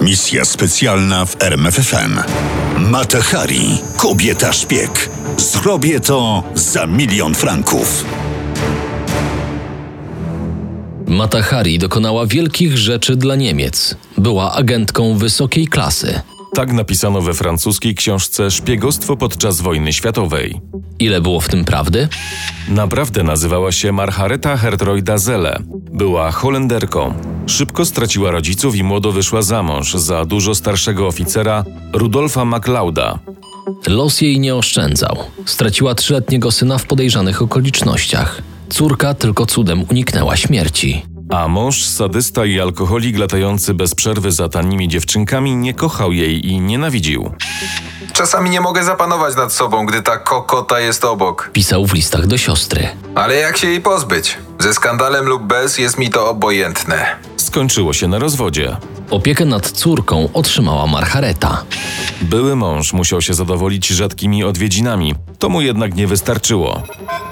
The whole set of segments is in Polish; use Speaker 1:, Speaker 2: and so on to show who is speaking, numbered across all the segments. Speaker 1: Misja specjalna w RMFFM. Mata Hari, kobieta szpieg. Zrobię to za milion franków.
Speaker 2: Mata Hari dokonała wielkich rzeczy dla Niemiec. Była agentką wysokiej klasy.
Speaker 3: Tak napisano we francuskiej książce Szpiegostwo podczas wojny światowej.
Speaker 2: Ile było w tym prawdy?
Speaker 3: Naprawdę nazywała się Margareta Hertroida Zelle. Była Holenderką. Szybko straciła rodziców i młodo wyszła za mąż za dużo starszego oficera Rudolfa MacLeoda.
Speaker 2: Los jej nie oszczędzał. Straciła trzyletniego syna w podejrzanych okolicznościach. Córka tylko cudem uniknęła śmierci.
Speaker 3: A mąż, sadysta i alkoholik latający bez przerwy za tanimi dziewczynkami, nie kochał jej i nienawidził.
Speaker 4: Czasami nie mogę zapanować nad sobą, gdy ta kokota jest obok.
Speaker 2: Pisał w listach do siostry.
Speaker 4: Ale jak się jej pozbyć? Ze skandalem lub bez jest mi to obojętne.
Speaker 3: Skończyło się na rozwodzie.
Speaker 2: Opiekę nad córką otrzymała Margareta.
Speaker 3: Były mąż musiał się zadowolić rzadkimi odwiedzinami. To mu jednak nie wystarczyło.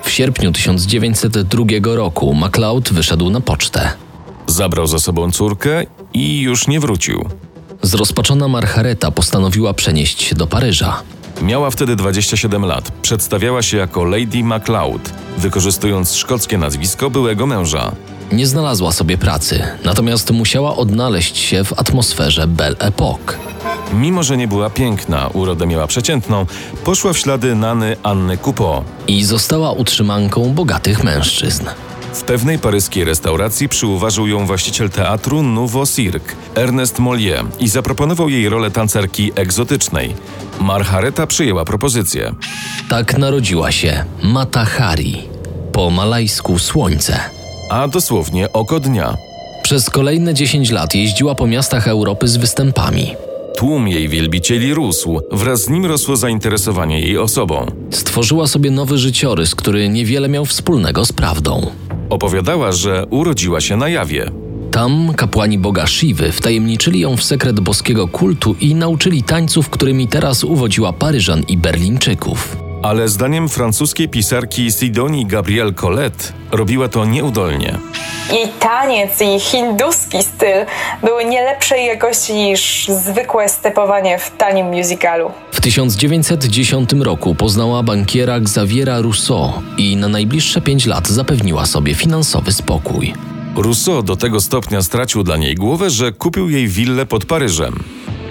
Speaker 2: W sierpniu 1902 roku MacLeod wyszedł na pocztę.
Speaker 3: Zabrał za sobą córkę i już nie wrócił.
Speaker 2: Zrozpaczona Margareta postanowiła przenieść się do Paryża.
Speaker 3: Miała wtedy 27 lat. Przedstawiała się jako Lady MacLeod, wykorzystując szkockie nazwisko byłego męża.
Speaker 2: Nie znalazła sobie pracy, natomiast musiała odnaleźć się w atmosferze Belle Epoque.
Speaker 3: Mimo, że nie była piękna, urodę miała przeciętną, poszła w ślady Nany Anny Coupeau.
Speaker 2: i została utrzymanką bogatych mężczyzn.
Speaker 3: W pewnej paryskiej restauracji przyuważył ją właściciel teatru Nouveau Cirque, Ernest Mollier, i zaproponował jej rolę tancerki egzotycznej. Margareta przyjęła propozycję.
Speaker 2: Tak narodziła się Mata Hari, po malajsku słońce.
Speaker 3: a dosłownie oko dnia.
Speaker 2: Przez kolejne 10 lat jeździła po miastach Europy z występami.
Speaker 3: Tłum jej wielbicieli rósł, wraz z nim rosło zainteresowanie jej osobą.
Speaker 2: Stworzyła sobie nowy życiorys, który niewiele miał wspólnego z prawdą.
Speaker 3: Opowiadała, że urodziła się na jawie.
Speaker 2: Tam kapłani boga Shiwy wtajemniczyli ją w sekret boskiego kultu i nauczyli tańców, którymi teraz uwodziła Paryżan i Berlińczyków.
Speaker 3: Ale zdaniem francuskiej pisarki Sidonii Gabrielle Colette robiła to nieudolnie.
Speaker 5: I taniec, i hinduski styl były nie lepszej jakości niż zwykłe stepowanie w tanim musicalu.
Speaker 2: W 1910 roku poznała bankiera Xaviera Rousseau i na najbliższe 5 lat zapewniła sobie finansowy spokój.
Speaker 3: Rousseau do tego stopnia stracił dla niej głowę, że kupił jej willę pod Paryżem.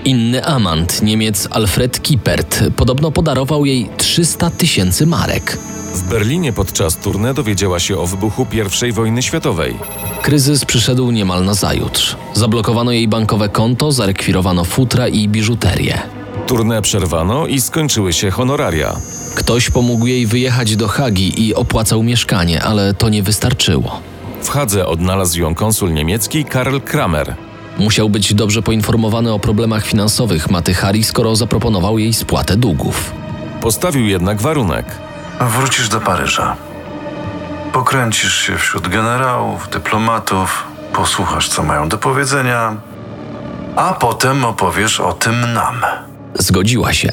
Speaker 2: Inny amant, Niemiec Alfred Kiepert, podobno podarował jej 300 tysięcy marek.
Speaker 3: W Berlinie podczas tournée dowiedziała się o wybuchu I wojny światowej.
Speaker 2: Kryzys przyszedł niemal nazajutrz. Zablokowano jej bankowe konto, zarekwirowano futra i biżuterię.
Speaker 3: Tournée przerwano i skończyły się honoraria.
Speaker 2: Ktoś pomógł jej wyjechać do Hagi i opłacał mieszkanie, ale to nie wystarczyło.
Speaker 3: W Hadze odnalazł ją konsul niemiecki Karl Kramer.
Speaker 2: Musiał być dobrze poinformowany o problemach finansowych Maty Hari, skoro zaproponował jej spłatę długów.
Speaker 3: Postawił jednak warunek.
Speaker 6: Wrócisz do Paryża. Pokręcisz się wśród generałów, dyplomatów, posłuchasz, co mają do powiedzenia, a potem opowiesz o tym nam.
Speaker 2: Zgodziła się.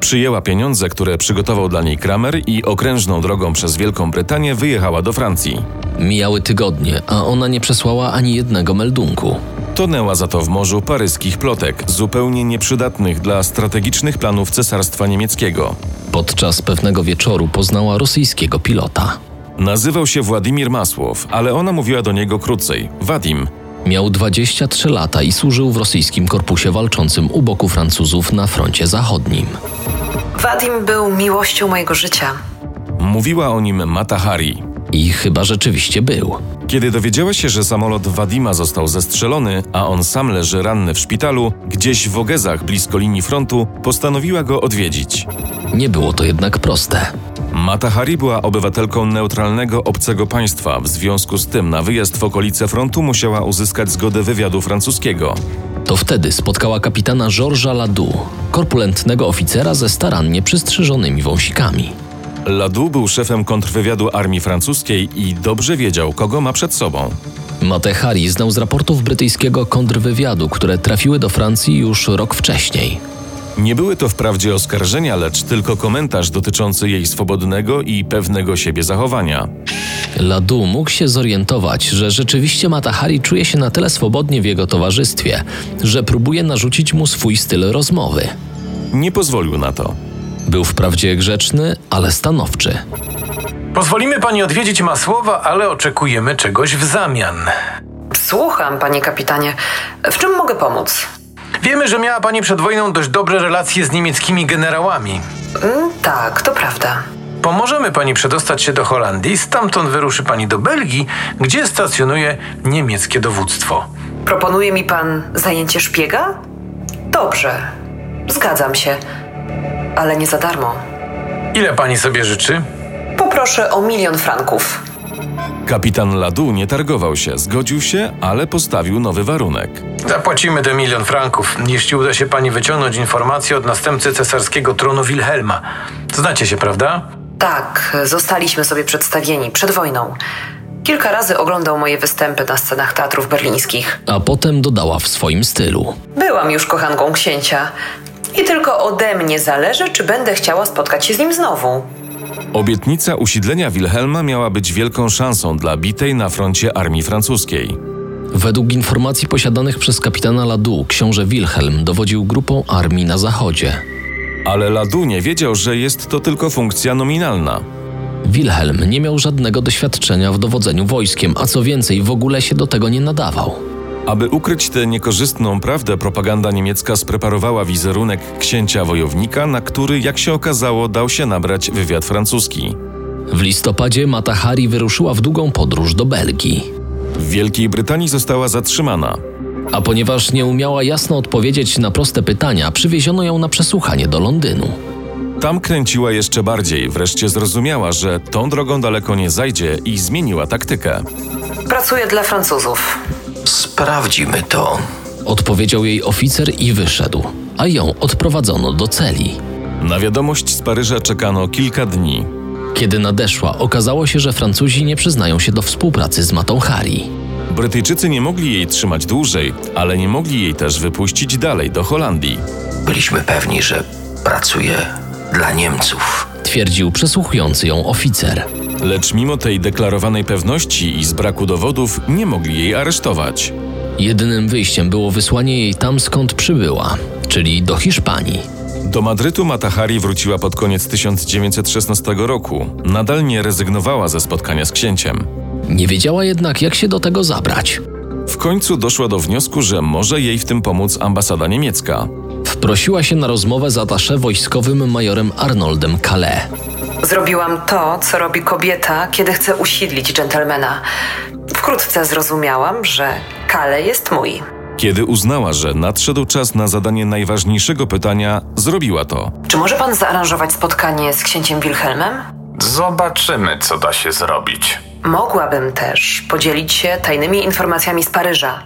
Speaker 3: Przyjęła pieniądze, które przygotował dla niej Kramer i okrężną drogą przez Wielką Brytanię wyjechała do Francji.
Speaker 2: Mijały tygodnie, a ona nie przesłała ani jednego meldunku.
Speaker 3: Tonęła za to w morzu paryskich plotek, zupełnie nieprzydatnych dla strategicznych planów Cesarstwa Niemieckiego.
Speaker 2: Podczas pewnego wieczoru poznała rosyjskiego pilota.
Speaker 3: Nazywał się Władimir Masłow, ale ona mówiła do niego krócej – Wadim.
Speaker 2: Miał 23 lata i służył w rosyjskim korpusie walczącym u boku Francuzów na froncie zachodnim.
Speaker 7: Wadim był miłością mojego życia.
Speaker 3: Mówiła o nim Matahari.
Speaker 2: I chyba rzeczywiście był.
Speaker 3: Kiedy dowiedziała się, że samolot Wadima został zestrzelony, a on sam leży ranny w szpitalu, gdzieś w Ogezach blisko linii frontu, postanowiła go odwiedzić.
Speaker 2: Nie było to jednak proste.
Speaker 3: Matahari była obywatelką neutralnego obcego państwa, w związku z tym na wyjazd w okolice frontu musiała uzyskać zgodę wywiadu francuskiego.
Speaker 2: To wtedy spotkała kapitana Georgesa Ladoux, korpulentnego oficera ze starannie przystrzyżonymi wąsikami.
Speaker 3: Ladoux był szefem kontrwywiadu armii francuskiej i dobrze wiedział, kogo ma przed sobą.
Speaker 2: Matehari znał z raportów brytyjskiego kontrwywiadu, które trafiły do Francji już rok wcześniej.
Speaker 3: Nie były to wprawdzie oskarżenia, lecz tylko komentarz dotyczący jej swobodnego i pewnego siebie zachowania.
Speaker 2: Ladu mógł się zorientować, że rzeczywiście Matahari czuje się na tyle swobodnie w jego towarzystwie, że próbuje narzucić mu swój styl rozmowy.
Speaker 3: Nie pozwolił na to.
Speaker 2: Był wprawdzie grzeczny, ale stanowczy.
Speaker 8: Pozwolimy pani odwiedzić Masłowa, ale oczekujemy czegoś w zamian.
Speaker 7: Słucham, panie kapitanie. W czym mogę pomóc?
Speaker 8: Wiemy, że miała pani przed wojną dość dobre relacje z niemieckimi generałami.
Speaker 7: Mm, tak, to prawda.
Speaker 8: Pomożemy pani przedostać się do Holandii, stamtąd wyruszy pani do Belgii, gdzie stacjonuje niemieckie dowództwo.
Speaker 7: Proponuje mi pan zajęcie szpiega? Dobrze, zgadzam się, ale nie za darmo.
Speaker 8: Ile pani sobie życzy?
Speaker 7: Poproszę o milion franków.
Speaker 3: Kapitan Ladoux nie targował się, zgodził się, ale postawił nowy warunek.
Speaker 8: Zapłacimy te milion franków, jeśli uda się pani wyciągnąć informacje od następcy cesarskiego tronu Wilhelma. Znacie się, prawda?
Speaker 7: Tak, zostaliśmy sobie przedstawieni przed wojną. Kilka razy oglądał moje występy na scenach teatrów berlińskich.
Speaker 2: A potem dodała w swoim stylu.
Speaker 7: Byłam już kochanką księcia. I tylko ode mnie zależy, czy będę chciała spotkać się z nim znowu.
Speaker 3: Obietnica usidlenia Wilhelma miała być wielką szansą dla bitej na froncie armii francuskiej.
Speaker 2: Według informacji posiadanych przez kapitana Ladu, książę Wilhelm dowodził grupą armii na zachodzie.
Speaker 3: Ale Ladoux nie wiedział, że jest to tylko funkcja nominalna.
Speaker 2: Wilhelm nie miał żadnego doświadczenia w dowodzeniu wojskiem, a co więcej, w ogóle się do tego nie nadawał.
Speaker 3: Aby ukryć tę niekorzystną prawdę, propaganda niemiecka spreparowała wizerunek księcia wojownika, na który, jak się okazało, dał się nabrać wywiad francuski.
Speaker 2: W listopadzie Matahari wyruszyła w długą podróż do Belgii.
Speaker 3: W Wielkiej Brytanii została zatrzymana.
Speaker 2: A ponieważ nie umiała jasno odpowiedzieć na proste pytania, przywieziono ją na przesłuchanie do Londynu.
Speaker 3: Tam kręciła jeszcze bardziej, wreszcie zrozumiała, że tą drogą daleko nie zajdzie i zmieniła taktykę.
Speaker 7: Pracuję dla Francuzów.
Speaker 9: Sprawdzimy to.
Speaker 2: Odpowiedział jej oficer i wyszedł, a ją odprowadzono do celi.
Speaker 3: Na wiadomość z Paryża czekano kilka dni.
Speaker 2: Kiedy nadeszła, okazało się, że Francuzi nie przyznają się do współpracy z Matą Hari.
Speaker 3: Brytyjczycy nie mogli jej trzymać dłużej, ale nie mogli jej też wypuścić dalej do Holandii.
Speaker 9: Byliśmy pewni, że pracuje dla Niemców.
Speaker 2: Twierdził przesłuchujący ją oficer.
Speaker 3: Lecz mimo tej deklarowanej pewności i z braku dowodów nie mogli jej aresztować.
Speaker 2: Jedynym wyjściem było wysłanie jej tam, skąd przybyła, czyli do Hiszpanii.
Speaker 3: Do Madrytu Matahari wróciła pod koniec 1916 roku. Nadal nie rezygnowała ze spotkania z księciem.
Speaker 2: Nie wiedziała jednak, jak się do tego zabrać.
Speaker 3: W końcu doszła do wniosku, że może jej w tym pomóc ambasada niemiecka.
Speaker 2: Wprosiła się na rozmowę z atasze wojskowym majorem Arnoldem Calais.
Speaker 7: Zrobiłam to, co robi kobieta, kiedy chce usidlić dżentelmena. Wkrótce zrozumiałam, że Kale jest mój.
Speaker 3: Kiedy uznała, że nadszedł czas na zadanie najważniejszego pytania, zrobiła to.
Speaker 7: Czy może pan zaaranżować spotkanie z księciem Wilhelmem?
Speaker 10: Zobaczymy, co da się zrobić.
Speaker 7: Mogłabym też podzielić się tajnymi informacjami z Paryża.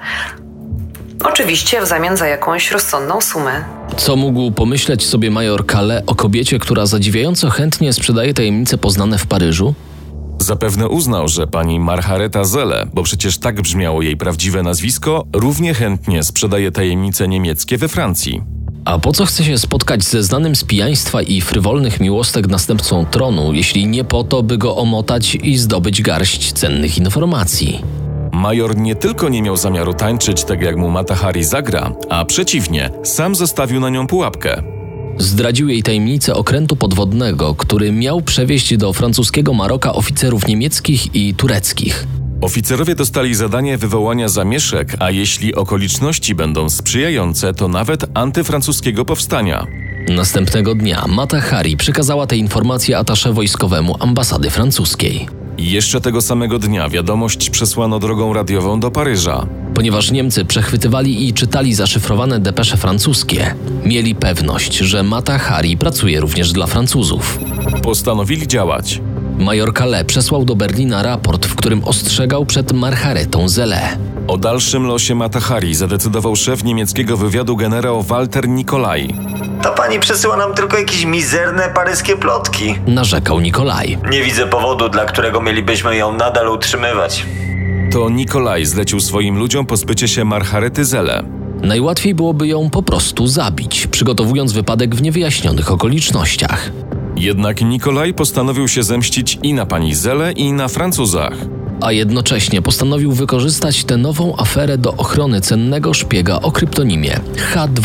Speaker 7: Oczywiście w zamian za jakąś rozsądną sumę.
Speaker 2: Co mógł pomyśleć sobie major Kale o kobiecie, która zadziwiająco chętnie sprzedaje tajemnice poznane w Paryżu?
Speaker 3: Zapewne uznał, że pani Margareta Zelle, bo przecież tak brzmiało jej prawdziwe nazwisko, równie chętnie sprzedaje tajemnice niemieckie we Francji.
Speaker 2: A po co chce się spotkać ze znanym z pijaństwa i frywolnych miłostek następcą tronu, jeśli nie po to, by go omotać i zdobyć garść cennych informacji?
Speaker 3: Major nie tylko nie miał zamiaru tańczyć tak jak mu Matahari zagra, a przeciwnie, sam zostawił na nią pułapkę.
Speaker 2: Zdradził jej tajemnicę okrętu podwodnego, który miał przewieźć do francuskiego Maroka oficerów niemieckich i tureckich.
Speaker 3: Oficerowie dostali zadanie wywołania zamieszek, a jeśli okoliczności będą sprzyjające, to nawet antyfrancuskiego powstania.
Speaker 2: Następnego dnia Mata Hari przekazała te informacje atasze wojskowemu ambasady francuskiej.
Speaker 3: Jeszcze tego samego dnia wiadomość przesłano drogą radiową do Paryża.
Speaker 2: Ponieważ Niemcy przechwytywali i czytali zaszyfrowane depesze francuskie, mieli pewność, że Mata Hari pracuje również dla Francuzów.
Speaker 3: Postanowili działać.
Speaker 2: Major Kale przesłał do Berlina raport, w którym ostrzegał przed marcharetą Zele.
Speaker 3: O dalszym losie Matahari zadecydował szef niemieckiego wywiadu generał Walter Nikolaj.
Speaker 11: Ta pani przesyła nam tylko jakieś mizerne paryskie plotki.
Speaker 2: Narzekał Nikolaj.
Speaker 11: Nie widzę powodu, dla którego mielibyśmy ją nadal utrzymywać.
Speaker 3: To Nikolaj zlecił swoim ludziom pozbycie się Marcharety Zele.
Speaker 2: Najłatwiej byłoby ją po prostu zabić, przygotowując wypadek w niewyjaśnionych okolicznościach.
Speaker 3: Jednak Nikolaj postanowił się zemścić i na pani Zele, i na Francuzach.
Speaker 2: A jednocześnie postanowił wykorzystać tę nową aferę do ochrony cennego szpiega o kryptonimie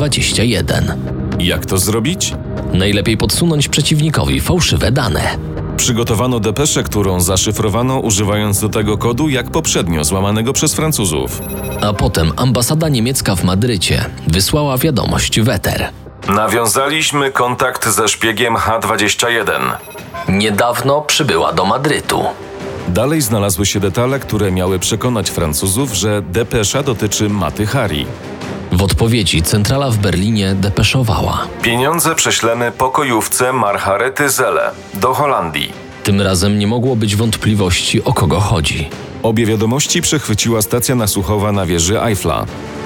Speaker 2: H21.
Speaker 3: Jak to zrobić?
Speaker 2: Najlepiej podsunąć przeciwnikowi fałszywe dane.
Speaker 3: Przygotowano depeszę, którą zaszyfrowano używając do tego kodu jak poprzednio złamanego przez Francuzów.
Speaker 2: A potem ambasada niemiecka w Madrycie wysłała wiadomość w eter.
Speaker 3: Nawiązaliśmy kontakt ze szpiegiem H21.
Speaker 2: Niedawno przybyła do Madrytu.
Speaker 3: Dalej znalazły się detale, które miały przekonać Francuzów, że depesza dotyczy Maty Hari.
Speaker 2: W odpowiedzi centrala w Berlinie depeszowała.
Speaker 3: Pieniądze prześlemy pokojówce Marharety Zele do Holandii.
Speaker 2: Tym razem nie mogło być wątpliwości, o kogo chodzi.
Speaker 3: Obie wiadomości przechwyciła stacja nasłuchowa na wieży Eiffla.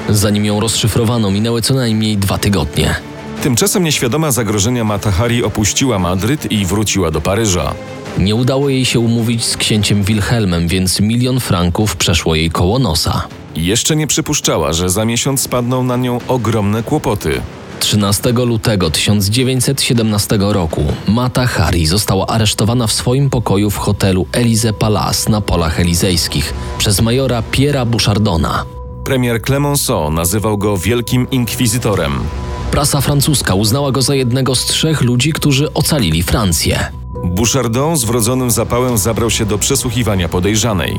Speaker 2: Zanim ją rozszyfrowano, minęły co najmniej dwa tygodnie.
Speaker 3: Tymczasem nieświadoma zagrożenia Matahari opuściła Madryt i wróciła do Paryża.
Speaker 2: Nie udało jej się umówić z księciem Wilhelmem, więc milion franków przeszło jej koło nosa.
Speaker 3: Jeszcze nie przypuszczała, że za miesiąc spadną na nią ogromne kłopoty.
Speaker 2: 13 lutego 1917 roku Mata Hari została aresztowana w swoim pokoju w hotelu Elise Palace na Polach Elizejskich przez majora Piera Bouchardona.
Speaker 3: Premier Clemenceau nazywał go Wielkim Inkwizytorem.
Speaker 2: Prasa francuska uznała go za jednego z trzech ludzi, którzy ocalili Francję.
Speaker 3: Bouchardon z wrodzonym zapałem zabrał się do przesłuchiwania podejrzanej.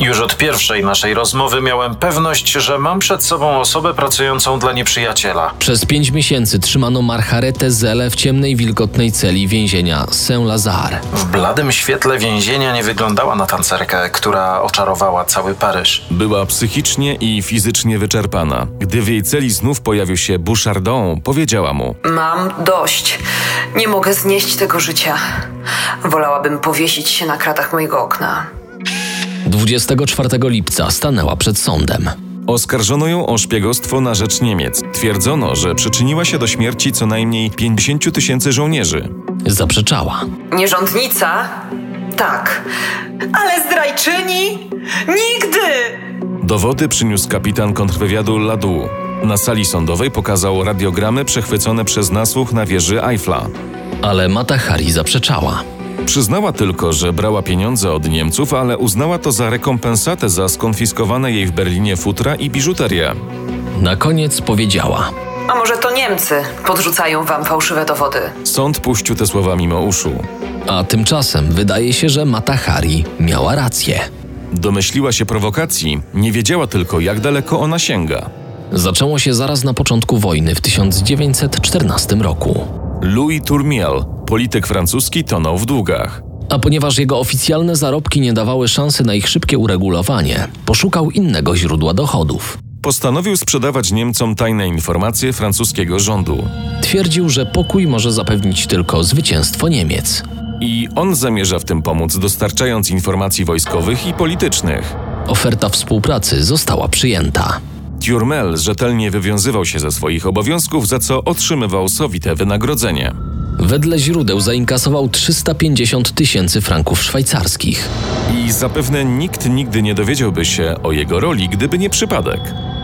Speaker 10: Już od pierwszej naszej rozmowy miałem pewność, że mam przed sobą osobę pracującą dla nieprzyjaciela.
Speaker 2: Przez pięć miesięcy trzymano Marcharetę Zele w ciemnej, wilgotnej celi więzienia Saint-Lazare.
Speaker 10: W bladym świetle więzienia nie wyglądała na tancerkę, która oczarowała cały Paryż.
Speaker 3: Była psychicznie i fizycznie wyczerpana. Gdy w jej celi znów pojawił się Bouchardon, powiedziała mu:
Speaker 7: Mam dość. Nie mogę znieść tego życia. Wolałabym powiesić się na kratach mojego okna.
Speaker 2: 24 lipca stanęła przed sądem.
Speaker 3: Oskarżono ją o szpiegostwo na rzecz Niemiec. Twierdzono, że przyczyniła się do śmierci co najmniej 50 tysięcy żołnierzy.
Speaker 2: Zaprzeczała.
Speaker 7: Nierządnica? Tak. Ale zdrajczyni? Nigdy!
Speaker 3: Dowody przyniósł kapitan kontrwywiadu Ladu. Na sali sądowej pokazał radiogramy przechwycone przez nasłuch na wieży Eiffla.
Speaker 2: Ale Mata Hari zaprzeczała.
Speaker 3: Przyznała tylko, że brała pieniądze od Niemców, ale uznała to za rekompensatę za skonfiskowane jej w Berlinie futra i biżuterię.
Speaker 2: Na koniec powiedziała:
Speaker 7: A może to Niemcy podrzucają wam fałszywe dowody?
Speaker 3: Sąd puścił te słowa mimo uszu.
Speaker 2: A tymczasem wydaje się, że Matahari miała rację.
Speaker 3: Domyśliła się prowokacji, nie wiedziała tylko, jak daleko ona sięga.
Speaker 2: Zaczęło się zaraz na początku wojny w 1914 roku.
Speaker 3: Louis Tourmiel, polityk francuski, tonął w długach.
Speaker 2: A ponieważ jego oficjalne zarobki nie dawały szansy na ich szybkie uregulowanie, poszukał innego źródła dochodów.
Speaker 3: Postanowił sprzedawać Niemcom tajne informacje francuskiego rządu.
Speaker 2: Twierdził, że pokój może zapewnić tylko zwycięstwo Niemiec.
Speaker 3: I on zamierza w tym pomóc, dostarczając informacji wojskowych i politycznych.
Speaker 2: Oferta współpracy została przyjęta.
Speaker 3: Turmel rzetelnie wywiązywał się ze swoich obowiązków, za co otrzymywał sowite wynagrodzenie.
Speaker 2: Wedle źródeł zainkasował 350 tysięcy franków szwajcarskich.
Speaker 3: I zapewne nikt nigdy nie dowiedziałby się o jego roli, gdyby nie przypadek.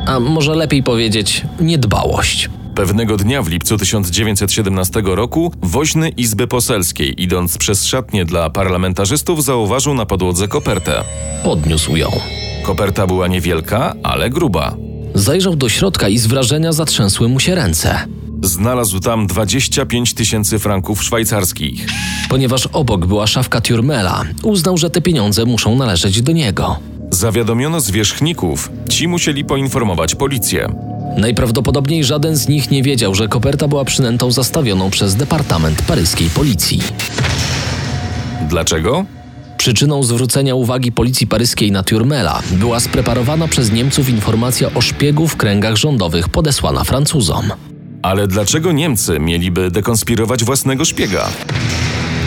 Speaker 2: A może lepiej powiedzieć niedbałość.
Speaker 3: Pewnego dnia w lipcu 1917 roku woźny Izby Poselskiej, idąc przez szatnię dla parlamentarzystów, zauważył na podłodze kopertę.
Speaker 2: Podniósł ją.
Speaker 3: Koperta była niewielka, ale gruba.
Speaker 2: Zajrzał do środka i z wrażenia zatrzęsły mu się ręce.
Speaker 3: Znalazł tam 25 tysięcy franków szwajcarskich.
Speaker 2: Ponieważ obok była szafka Turmela, uznał, że te pieniądze muszą należeć do niego.
Speaker 3: Zawiadomiono zwierzchników, ci musieli poinformować policję.
Speaker 2: Najprawdopodobniej żaden z nich nie wiedział, że koperta była przynętą zastawioną przez Departament Paryskiej Policji.
Speaker 3: Dlaczego?
Speaker 2: Przyczyną zwrócenia uwagi policji paryskiej na Turmela była spreparowana przez Niemców informacja o szpiegu w kręgach rządowych podesłana Francuzom.
Speaker 3: Ale dlaczego Niemcy mieliby dekonspirować własnego szpiega?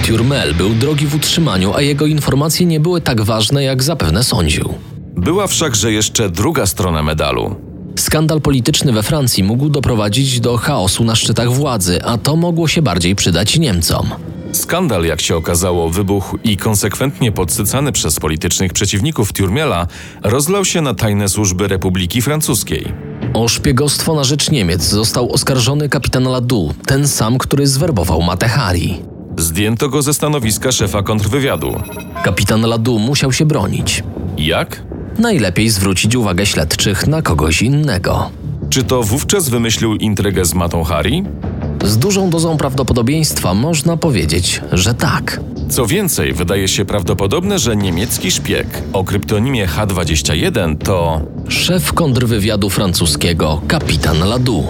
Speaker 2: Turmel był drogi w utrzymaniu, a jego informacje nie były tak ważne, jak zapewne sądził.
Speaker 3: Była wszakże jeszcze druga strona medalu.
Speaker 2: Skandal polityczny we Francji mógł doprowadzić do chaosu na szczytach władzy, a to mogło się bardziej przydać Niemcom.
Speaker 3: Skandal, jak się okazało, wybuchł i konsekwentnie podsycany przez politycznych przeciwników Turmiela rozlał się na tajne służby Republiki Francuskiej.
Speaker 2: O szpiegostwo na rzecz Niemiec został oskarżony kapitan Ladu, ten sam, który zwerbował Matehari.
Speaker 3: Zdjęto go ze stanowiska szefa kontrwywiadu.
Speaker 2: Kapitan Ladu musiał się bronić.
Speaker 3: Jak?
Speaker 2: Najlepiej zwrócić uwagę śledczych na kogoś innego.
Speaker 3: Czy to wówczas wymyślił intrygę z Matą Hari?
Speaker 2: Z dużą dozą prawdopodobieństwa można powiedzieć, że tak.
Speaker 3: Co więcej, wydaje się prawdopodobne, że niemiecki szpieg o kryptonimie H21 to
Speaker 2: szef kontrwywiadu francuskiego kapitan Ladu.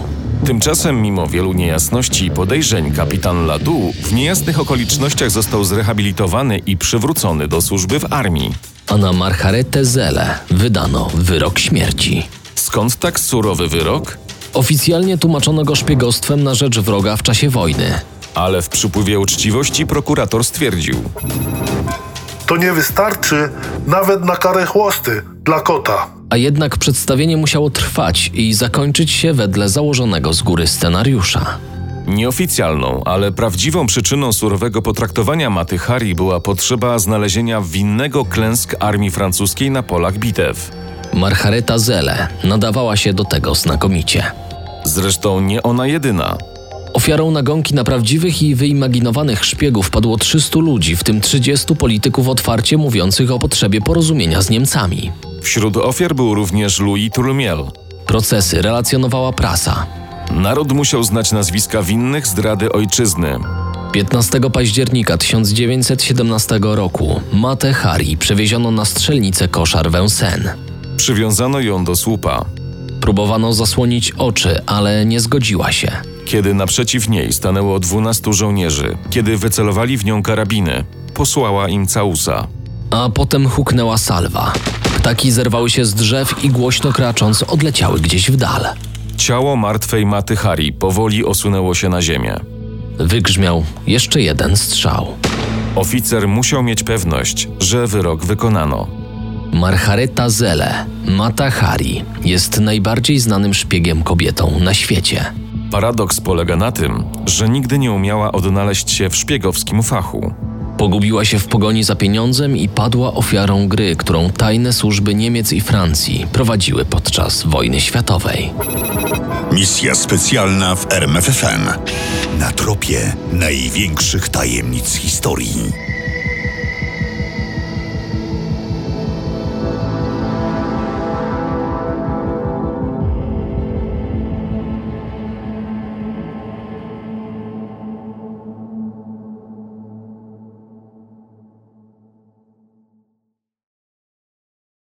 Speaker 3: Tymczasem, mimo wielu niejasności i podejrzeń, kapitan Ladu w niejasnych okolicznościach został zrehabilitowany i przywrócony do służby w armii.
Speaker 2: A na Margaretę Zele wydano wyrok śmierci.
Speaker 3: Skąd tak surowy wyrok?
Speaker 2: Oficjalnie tłumaczono go szpiegostwem na rzecz wroga w czasie wojny.
Speaker 3: Ale w przypływie uczciwości prokurator stwierdził:
Speaker 12: To nie wystarczy nawet na karę chłosty dla kota.
Speaker 2: A jednak przedstawienie musiało trwać i zakończyć się wedle założonego z góry scenariusza.
Speaker 3: Nieoficjalną, ale prawdziwą przyczyną surowego potraktowania Maty Hari była potrzeba znalezienia winnego klęsk armii francuskiej na polach bitew.
Speaker 2: Margareta Zele nadawała się do tego znakomicie.
Speaker 3: Zresztą nie ona jedyna.
Speaker 2: Ofiarą nagonki na prawdziwych i wyimaginowanych szpiegów padło 300 ludzi, w tym 30 polityków otwarcie mówiących o potrzebie porozumienia z Niemcami.
Speaker 3: Wśród ofiar był również Louis Tourmiel.
Speaker 2: Procesy relacjonowała prasa.
Speaker 3: Naród musiał znać nazwiska winnych zdrady ojczyzny.
Speaker 2: 15 października 1917 roku Matę Hari przewieziono na strzelnicę koszar Węsen.
Speaker 3: Przywiązano ją do słupa.
Speaker 2: Próbowano zasłonić oczy, ale nie zgodziła się.
Speaker 3: Kiedy naprzeciw niej stanęło 12 żołnierzy, kiedy wycelowali w nią karabiny, posłała im całusa.
Speaker 2: A potem huknęła salwa. Ptaki zerwały się z drzew i głośno kracząc odleciały gdzieś w dal.
Speaker 3: Ciało martwej Maty Hari powoli osunęło się na ziemię.
Speaker 2: Wygrzmiał jeszcze jeden strzał.
Speaker 3: Oficer musiał mieć pewność, że wyrok wykonano.
Speaker 2: Margareta Zele, Mata Hari, jest najbardziej znanym szpiegiem kobietą na świecie.
Speaker 3: Paradoks polega na tym, że nigdy nie umiała odnaleźć się w szpiegowskim fachu.
Speaker 2: Pogubiła się w pogoni za pieniądzem i padła ofiarą gry, którą tajne służby Niemiec i Francji prowadziły podczas wojny światowej.
Speaker 1: Misja specjalna w RMFFM. Na tropie największych tajemnic historii.